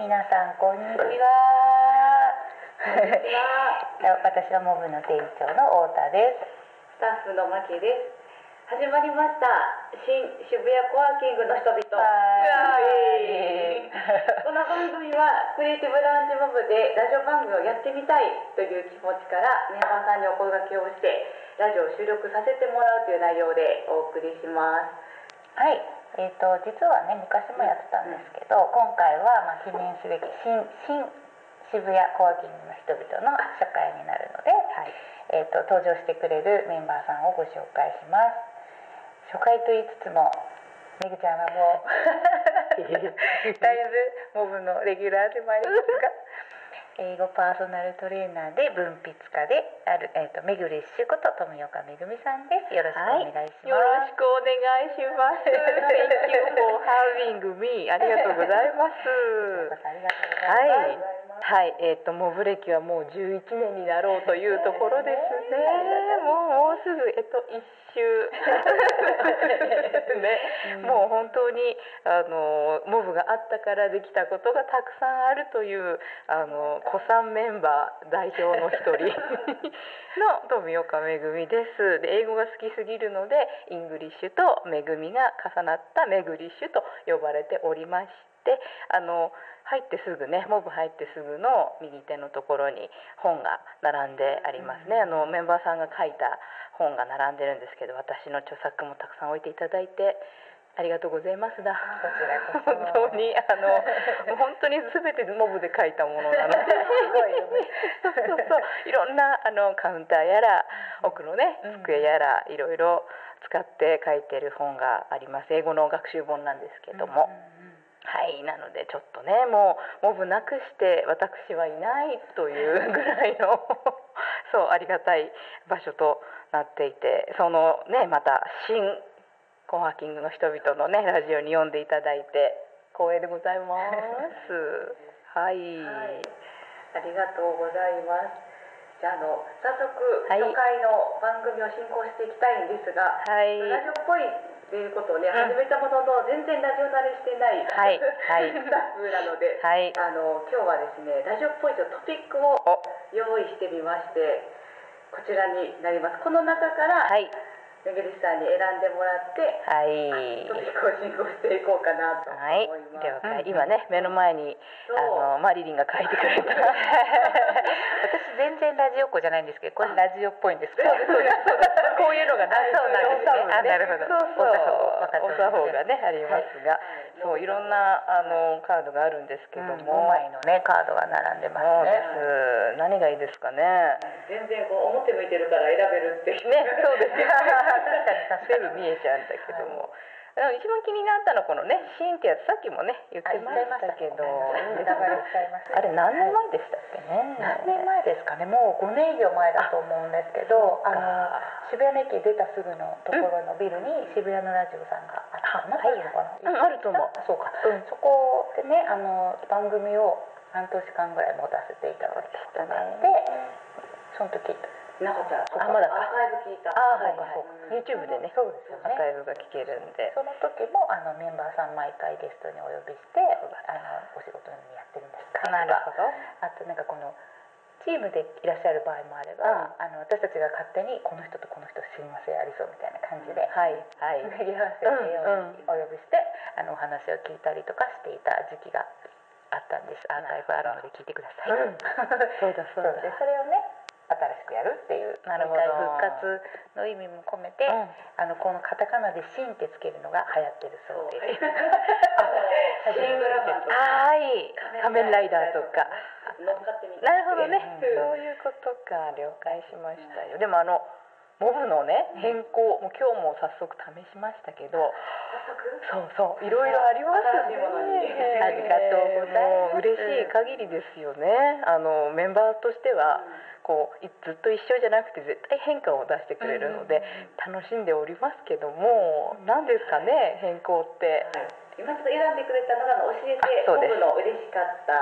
皆さんこんにちは 私はモブの店長の太田ですスタッフのまきです。始まりました。新渋谷コワーキングの人々。はいイエーイこの番組はクリエイティブランチモブでラジオ番組をやってみたいという気持ちからメンバーさんにお声掛けをしてラジオを収録させてもらうという内容でお送りします。はいえー、と実はね昔もやってたんですけど、今回はまあ記念すべき新新渋谷コワーキングの人々の社会になるので、いえー、と登場してくれるメンバーさんをご紹介します初回と言いつつもめぐちゃんはもう だいぶモブのレギュラーで参りますが 英語パーソナルトレーナーで文筆家である、えー、とめぐりっしゅこと富岡めぐみさんですよろしくお願いします、よろしくお願いします。Thank you for having me. ありがとうございます。こちらこそありがとうございます、はい。はい、えっ、と、モブ歴はもう11年になろうというところですね。もう、もうすぐ、えっと、一周。 ね、もう本当に、あの、モブがあったからできたことがたくさんあるという。あの、古参メンバー代表の一人の富岡めぐみです。で、英語が好きすぎるので、イングリッシュとめぐみが重なっためぐりッシュと呼ばれておりまして、あの。入ってすぐねモブ入ってすぐの右手のところに本が並んでありますね、あのメンバーさんが書いた本が並んでるんですけど私の著作もたくさん置いていただいてありがとうございますだこちらこそ本当にあの本当に全てモブで書いたものなのでごいよねそうそうそういろんなあのカウンターやら奥のねうん机やらいろいろ使って書いてる本があります英語の学習本なんですけども。はい、なのでちょっとねもうモブなくして私はいない というぐらいの そうありがたい場所となっていてそのねまた新コワーキングの人々のねラジオに呼んでいただいて光栄でございます。 ははい、い。ありがとうございます。じゃあ、あの早速、はい初回の番組を進行していきたいんですが、はいラジオっぽいっていうことをね、ん始めたものの全然ラジオ慣れしてない、はいはい スタッフなので、はいあの今日はですねラジオっぽいとトピックをお用意してみましてこちらになりますこの中から、はいめぐりさんに選んでもらってはいトピックを進行していこうかなと思はいいます、了うんう解ん今ね目の前にそうあのマリリンが書いてく れた私全然ラジオっ子じゃないんですけどこれラジオっぽいんですけど こういうのあがそうなんですねあなるほどそうそうおお作作法法ががねありますが、はいそういろんなあのカードがあるんですけど5も、枚のねカードが並んでまそうすでねす何がいいですかね全然こう表向いてるから選べるっていうねそうです確かに確かに全部見えちゃうんだけども、でも一番気になったのはこのねシーンってやつさっきもね言ってましたけどネタバレしちゃいましたあれ何年前でしたっけね、何年前ですかねもう5年以上前だと思うんですけどあかの渋谷の駅出たすぐのところのビルに渋谷のラジオさんがあったかな、はいあるのかなうんあると思うあそうか、そこでねあの番組を半年間ぐらい持たせていただいたことがあってその時なかったあまだかアーカイブ聞いたあーはそういかはいそうか YouTube でねそうですよアーねカイブが聞けるんでその時もあのメンバーさん毎回ゲストにお呼びしてあのお仕事にやってるんですかとかなるほどあとなんかこのチームでいらっしゃる場合もあれば、あの私たちが勝手にこの人とこの人親和性ありそうみたいな感じで、はいはい巡り合わせてうんうんお呼びして、あのお話を聞いたりとかしていた時期があったんですアーカイブあるので聞いてください、うんそうだそうだで それをね新しくやるっていうなるほもどう一回復活の意味も込めて、うんあのこのカタカナで「シン」ってつけるのが流行ってるそうそう です。シングラマンとかはい仮面ライダーとか乗っかってみたなるほどね、うんそういうことか了解しましたよ、でもあのモブのね変更、もう今日も早速試しましたけど、早速そうそういろいろあります新しいものにねありがとうございますもう嬉しい限りですよねあのメンバーとしては、こういずっと一緒じゃなくて絶対変化を出してくれるので、楽しんでおりますけども何ですかね変更って、今ちょっと選んでくれたのがあの教えてあそうです僕の嬉しかった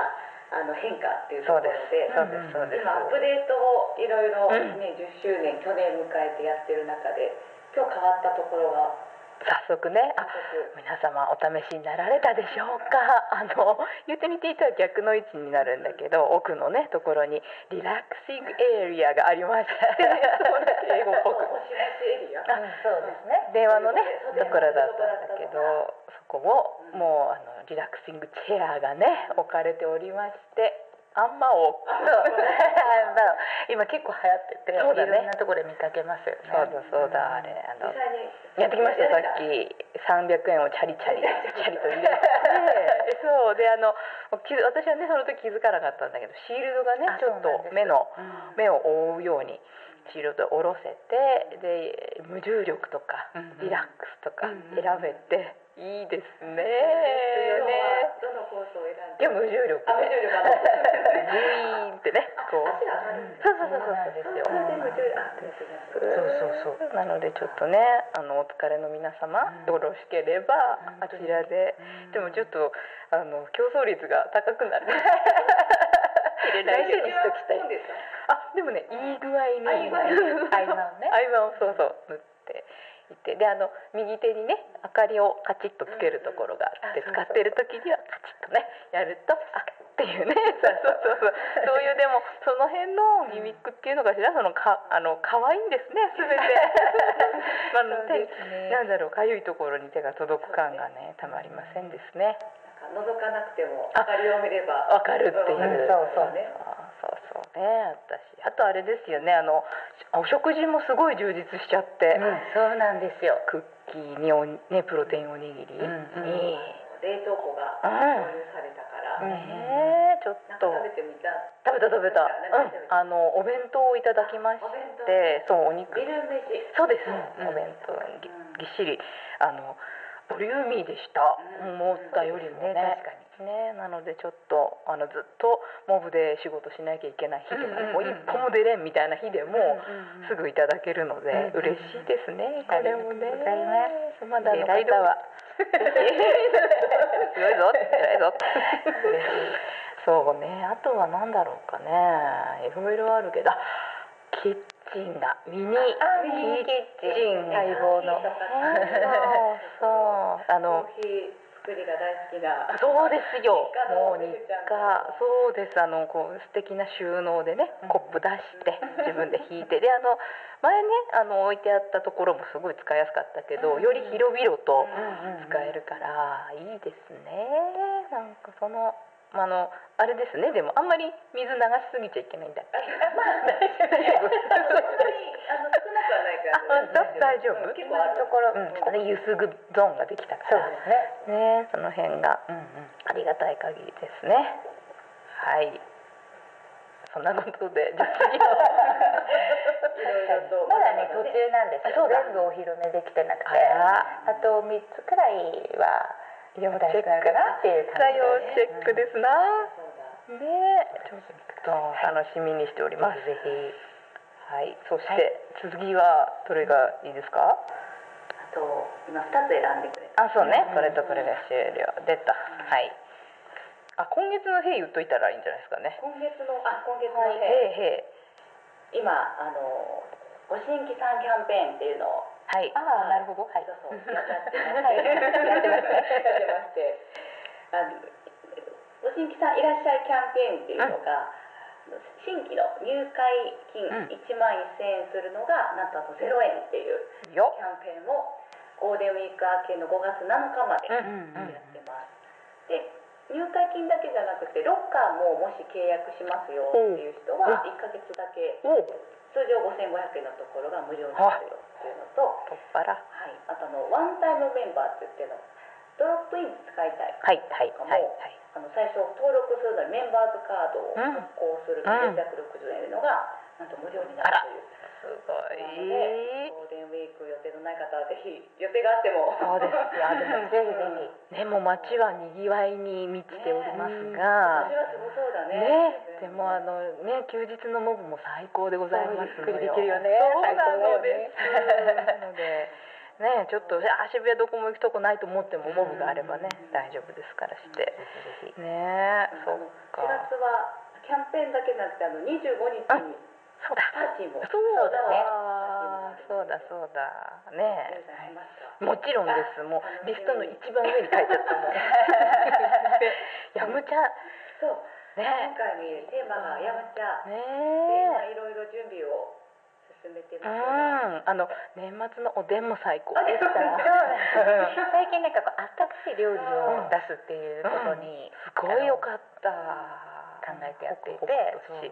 あの変化っていうとこそうろでですそうですそうです、今アップデートをいろいろね10周年去年迎えてやってる中で今日変わったところが早速ねあ皆様お試しになられたでしょうか あのユーティリティとは逆の位置になるんだけど奥のねところにリラクシングエリアがありましてそうだ英語っぽおく知らせエリアあそうですね 電話のねところだったんだけどそこももうあのリラクシングチェアがね置かれておりまして あんまをそうあの今結構流行ってて、そうだねいろんなところで見かけますよねそうだそうだあれあの実際にやってきましたよさっき300円をチャリチャリチャリと入れて そうであのき私はねその時気づかなかったんだけどシールドがねあちょっそうなんでとす目のうん目を覆うようにシールドを下ろせてで無重力とかうんうんリラックスとかうんうん選べていいですね。ねどのコースを選んいでや無重力あ無で重力か グイーンってねこう足が上がるそうそうそそううなそんあそれで無重力あですようそうそうそうなのでちょっとねあのお疲れの皆様、うんよろしければあちらで、うんでもちょっとあの競争率が高くなる 来週にしときたいそうですかあでもねいい具合にあいい具合に合 間をね合間をそうそう塗っていてであの右手にね明かりをカチッとつけるところがあって、うん使ってる時にはカチッとねやるとあってい うねそうそうそうそうそういうでもその辺のギミックっていうのかしらそのかあの可愛いんですね全 てあのそう手ですねなんだろうかゆいところに手が届く感がねたまりませんですねなんか覗かなくても明かりを見ればわかるっていう、わかるそうそうねそうそうそうね私あとあれですよねあのお食事もすごい充実しちゃって、うんそうなんですよクッキーにおにねプロテインおにぎり、うんうんね冷凍庫がうん導入されたから、うんねえちょっなんかと食べてみた食べた食べた、なんか食べうん、あのお弁当をいただきましお弁当てそうお肉ビル飯そうです、うんお弁当うんぎぎっしりあのボリューミーでした、うん思ったよりもねね確かにねなのでちょっとあのずっとモブで仕事しなきゃいけない日でうんも、うんうんもう一歩も出れんみたいな日でも、うんうんすぐいただけるので、うん嬉しいですね、これもねありがとうございますまだの方 は強いぞ偉いぞそうねあとは何だろうかねいろいろあるけどあキッチンがミニあミニキッチン待望のいいとこ そうそうあのコーヒー作りが大好きなそうですよ日課。のもう日課、そうです。あのこう素敵な収納でねうん、コップ出して自分で引いて、であの前ねあの置いてあったところもすごい使いやすかったけど、うんより広々とうん使えるからいいですね。なんかその。まああのあれですねでもあんまり水流しすぎちゃいけないんだっけあ本当にあの少なくはないかあら、本当大丈夫結今構のあるところうんそちょっとねゆすぐゾーンができたかうらですねねその辺がうんうんありがたい限りですね。はい。そんなことで、じゃあ次の。いろいろとまだね途中なんですあそようだ全部お披露目できてなくてああと3つくらいは了解しなるかなっていう感じですねうんすな。そうだねえ、ちょっと楽しみにしております。ぜひはい、そして、次はどれがいいですか。あと今二つ選んでくれたあ、そうねう、んこれとこれが終了、出た。はい。あ、今月の兵言っといたらいいんじゃないですかね。今月のあ今月はい、の兵ね、兵。今あのご新規さんキャンペーンっていうのをはい。ああなるほど はいそうそうやってますはいやってますねやってましてあのご新規さんいらっしゃいキャンペーンっていうのが、新規の入会金うん1万1000円するのが、なんとあと0円っていうよキ。ャンペーンをゴールデンウィーク明けの5月7日までうやうんうんんってます、で入会金だけじゃなくてロッカーももし契約しますよっていう人は1ヶ月だけおう、通常5500円のところが無料になるよっていうのと、とっぱら。はい、あとあのワンタイムメンバーって言ってのドロップイン使いたい、はい、はい、はい、はい。あの最初登録するのにメンバーズカードをうん発行するとう760ん円のが、なんと無料になるという。すごなのい。で、ゴールデンウィーク予定のない方はぜひ予定があってもそうですよ。で もぜひうんぜひ。ね、もう街は賑わいに満ちておりますが私。はすごそうだねね、でもあのね休日のモブも最高でございますのそうゆっくりできるよねそうなので最す。なのでねちょっとあ渋谷どこも行くとこないと思ってもモブがあればね大丈夫ですからして。ねそっ4か。月はキャンペーンだけじゃなくてあの25日にそうだ。パーティーもそうだね。そうだそうだねえありますよもちろんですもうリストの一番上に書いちゃったもん やむちゃそう今ね回にテーマが山ちゃんね今えいろいろ準備を進めてうますんあの年末のおでんも最高 でしたあそうすなんです最近なんかこうあったかい料理を出すっていうことにごいよかった考えてやっていて、そうね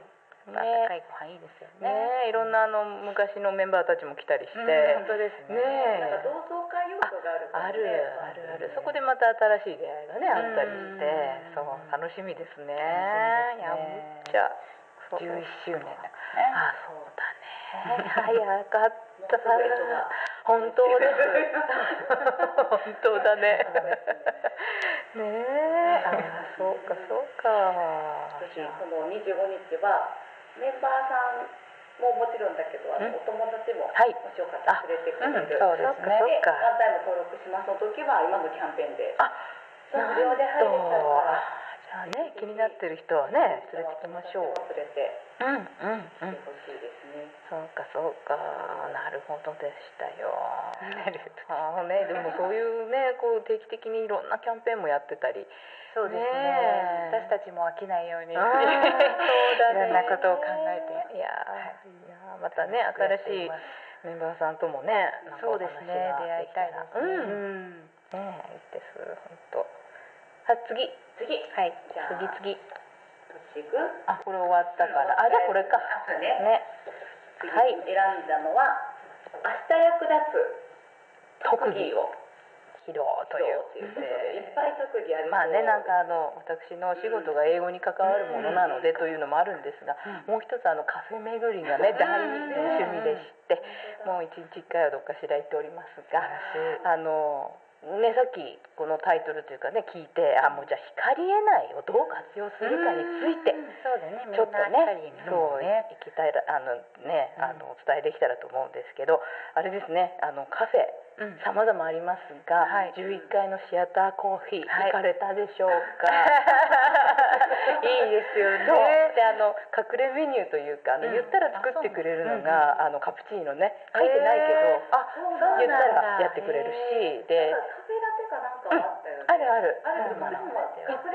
あったかいご飯いいですよねね。えいろんなあの昔のメンバーたちも来たりして、うん本当ですね。なんかねえ同窓会要素があるかあらるねあるあるそこでまた新しい出会いがねあったりしてうんそう楽しみですね楽しみですねやむっちゃそう11周年だからね。あそうだね早かったもうすぐ人が本当です本当だねねえあそうかそうかぜひその25日はメンバーさんももちろんだけどあのうんお友達ももはいしよかったら連れてくれるあ うんそうですねそっかワンタイム登録しますの時は今のキャンペーンであそう無料で入れちゃうからなんとじゃあね気になってる人はね連れてきましょう連れてうんうんうきんてほしいですねそうかそうかなるほどでした よあーねでもそういうねこう定期的にいろんなキャンペーンもやってたりそうですねねえ私たちも飽きないように。 あーそうだねいろんなことを考えていやーいやーまたね新しいやってますメンバーさんともねなんかそおう話でがすね。出会いたいですね。うんうんねえいいです本当あ次次はいじゃあ次次栃木だあこれ終わったからあじゃあこれかそうねね次はい選んだのは明日役立つ特特技技を披露というということでいっぱい特技あるまあねなんかあの私のお仕事が英語に関わるものなのでというのもあるんですが、もう一つあのカフェ巡りがね大の趣味でして、もう一日一回はどっかしら行っておりますが、あのねさっきこのタイトルというかね聞いてあもうじゃあ光得ないをどう活用するかについて。そうだね。みんちょっとなね光に、なるそもうんねね。、行きたいら、あのね、あの、お伝えできたらと思うんですけど、あれですね、あのカフェ。うん様々ありますが、はい11階のシアターコーヒー、はい行かれたでしょう かいいですよねそうであの隠れメニューというかあうの、ん言ったら作ってくれるのが、あのカプチーノね書いてないけど、あ、そうなんだ。言ったらやってくれるしでカフェラテかなんかはあったよね、あるあるあるうんある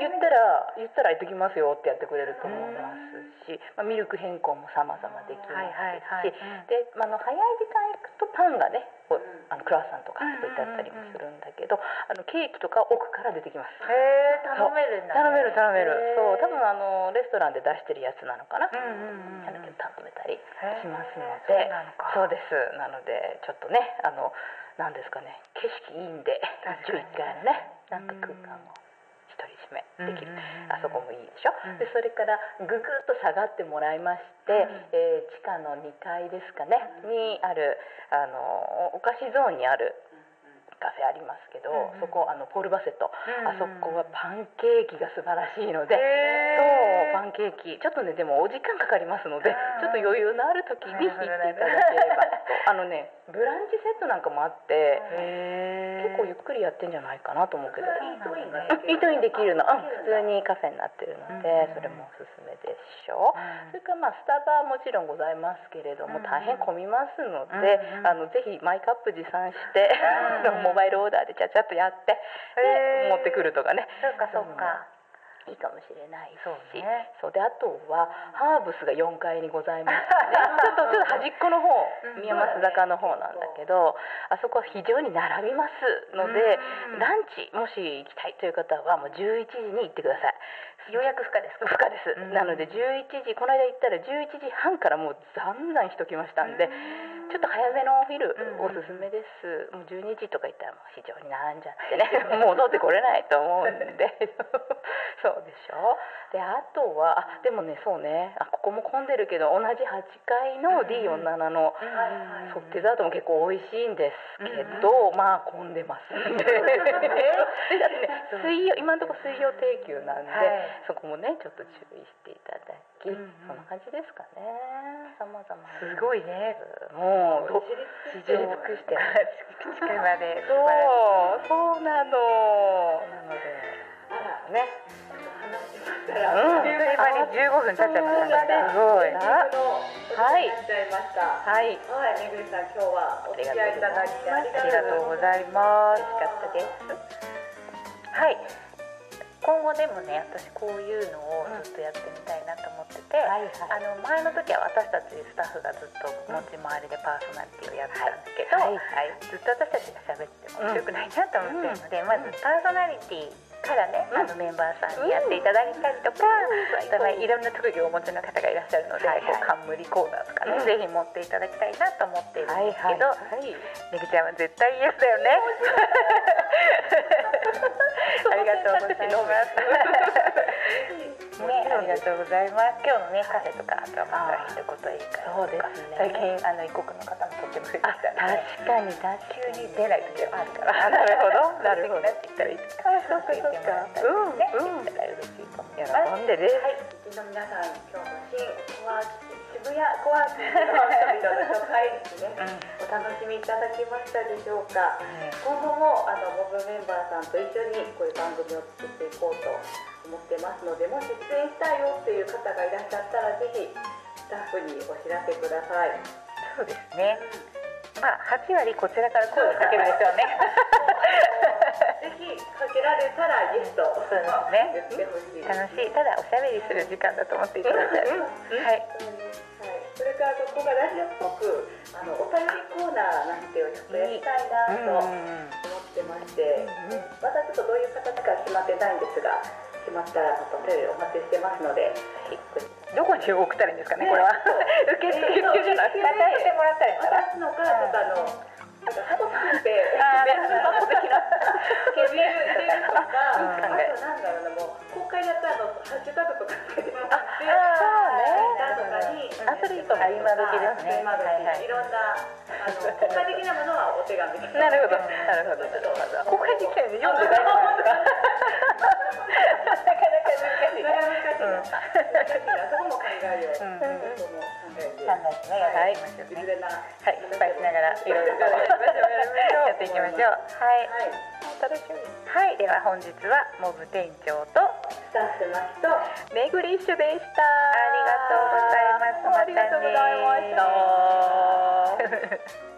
言ったら言ったら行ってきますよってやってくれると思いますし、まあ、ミルク変更も様々できますし、はいはいはいうんで、まあ、あの早い時間行くとパンがねこうんうあのクラワッサンとか置いてあったりもするんだけど、あのケーキとか奥から出てきます。へえ、頼めるんだね。頼める頼めるへーそう多分あのレストランで出してるやつなのかな、んうんうんあのけど頼めたりしますのへでーそうなのかそうですなのでちょっとねあのなんですかね景色いいんで確かに11階のねなんか空間を独り占めできる、うんうんうんうんあそこもいいでしょ、うんでそれからぐぐっと下がってもらいまして、えー地下の2階ですかね、にあるあのお菓子ゾーンにあるカフェありますけど、うんうんそこあのポール・バセット、うんあそこはパンケーキが素晴らしいので、へーそうパンケーキちょっとねでもお時間かかりますので、うんちょっと余裕のある時に行っていただければとあのねブランチセットなんかもあって、へ結構ゆっくりやってんじゃないかなと思うけど。イートインがうんイートインできるの、うん、普通ににカフェになってるので、うんそれもおすすめでしょう、それからまあスタバはもちろんございますけれども、うん大変混みますので、うんあのぜひマイカップ持参して、うん モバイルオーダーでちゃちゃっとやって、へーで持ってくるとかねそうかそうか。いいかもしれないしそうねそうであとはハーブスが4階にございますね ちょっとちょっと端っこの方うん宮益坂の方なんだけどあそこは非常に並びますのでうんランチもし行きたいという方はもう11時に行ってください予約不可です不可です、うんなので11時この間行ったら11時半からもうざんざん人来ましたんで、ちょっと早めのお昼うんおすすめです、もう12時とか行ったらもう非常に並んじゃって ね戻ってこれないと思うんで そうでしょであとはあでもねそうねあここも混んでるけど同じ8階の D47 の、はいそうデザートも結構美味しいんですけど、まあ混んでますんででだってね水曜今のところ水曜定休なんで、はいそこもねちょっと注意していただき、うんうんそんな感じですかね様々なすごいね。もう ど知り知り尽尽くくししてて口まで素晴そらしいうそうなのあら話しなのでねましたら、あっという間に15分経っちゃいましたねすごエンディングのおことになっちゃいました。はいはい、めぐりさん、今日はおあ付りきが合いいただきありがととううごござざいいま。ますす美味しかったです。はい。今後でもね私こういうのをずっとやってみたいなと思ってて、いあの前の時は私たちスタッフがずっと持ち回りでパーソナリティをやってたんだけど、はいずっと私たちが喋っても面白くないなと思ってるので、まずパーソナリティからね、うんあのメンバーさんにやっていただいたりとか、んあとはいろんな特技をお持ちの方がいらっしゃるので、はいはいこう冠コーナーとかね、うんぜひ持っていただきたいなと思っているはいんですけはいど、はい。めぐちゃんは絶対イエスだよ ね。ありがとうございます。ね、ありがとうございます。今日のね、カフェとか、あとはまた一言いいから。そうですね。最近、あの異国の方もとっても増えてきあたので、確かに確か急にに。出ない時もあるから。あなるほどなるほどなってきたらいいですあそっかそっかうん、ね、うんうん言ってもらったら嬉しいかも。喜んでです。はい、一の皆さん、今日の新コワーキ渋谷コワーキングの人々の紹介ですね、お楽しみいただけましたでしょうか。今後もあのモブメンバーさんと一緒にこういう番組を作っていこうと思ってますのでもし出演したいよっていう方がいらっしゃったらぜひスタッフにお知らせくださいそうですね。まあ、八割こちらから声をかけるんですよね。ぜひかけられたらゲストそうですね言ってほしい 楽しい、ただおしゃべりする時間だと思っていただきたい。はい。はい、それからここがラジオっぽくあのお便りコーナーなんていうのをちょっとやりたいなと思ってまして、またちょっとどういう形か決まってないんですが決まったらちょっとお便りお待ちしてますので、どこに送ったらいいんですかね、これは。 受付受付じゃない。受付してもらったらいいかな。私のお母さんとあの、なんかハコさんって、あー別の箱的な、ケビル入れるとか、あうんとなんだろうな、もう、公開だったらあの、ハッシュタグとかつけてもらって、そうツイねッターとかに、あそれいいかもあ今時ですね今時はいはいいろんな、あの、公開的なものはお手紙なるほど、なるほど、なるほど。公開できないの読んで大丈夫なんですか。なかなか難しいなね。かなかね難しいなそこも考えよう。うんそこも考えて。考えてねはやっていきましょうねいずれなはい、失敗しながら、いろいろとやっていきましょう。はい、はい。楽しみ。はい、では本日はモブ店長とスタッフマキとめぐり一緒でした。ありがとうございます。ありがとうございました。またね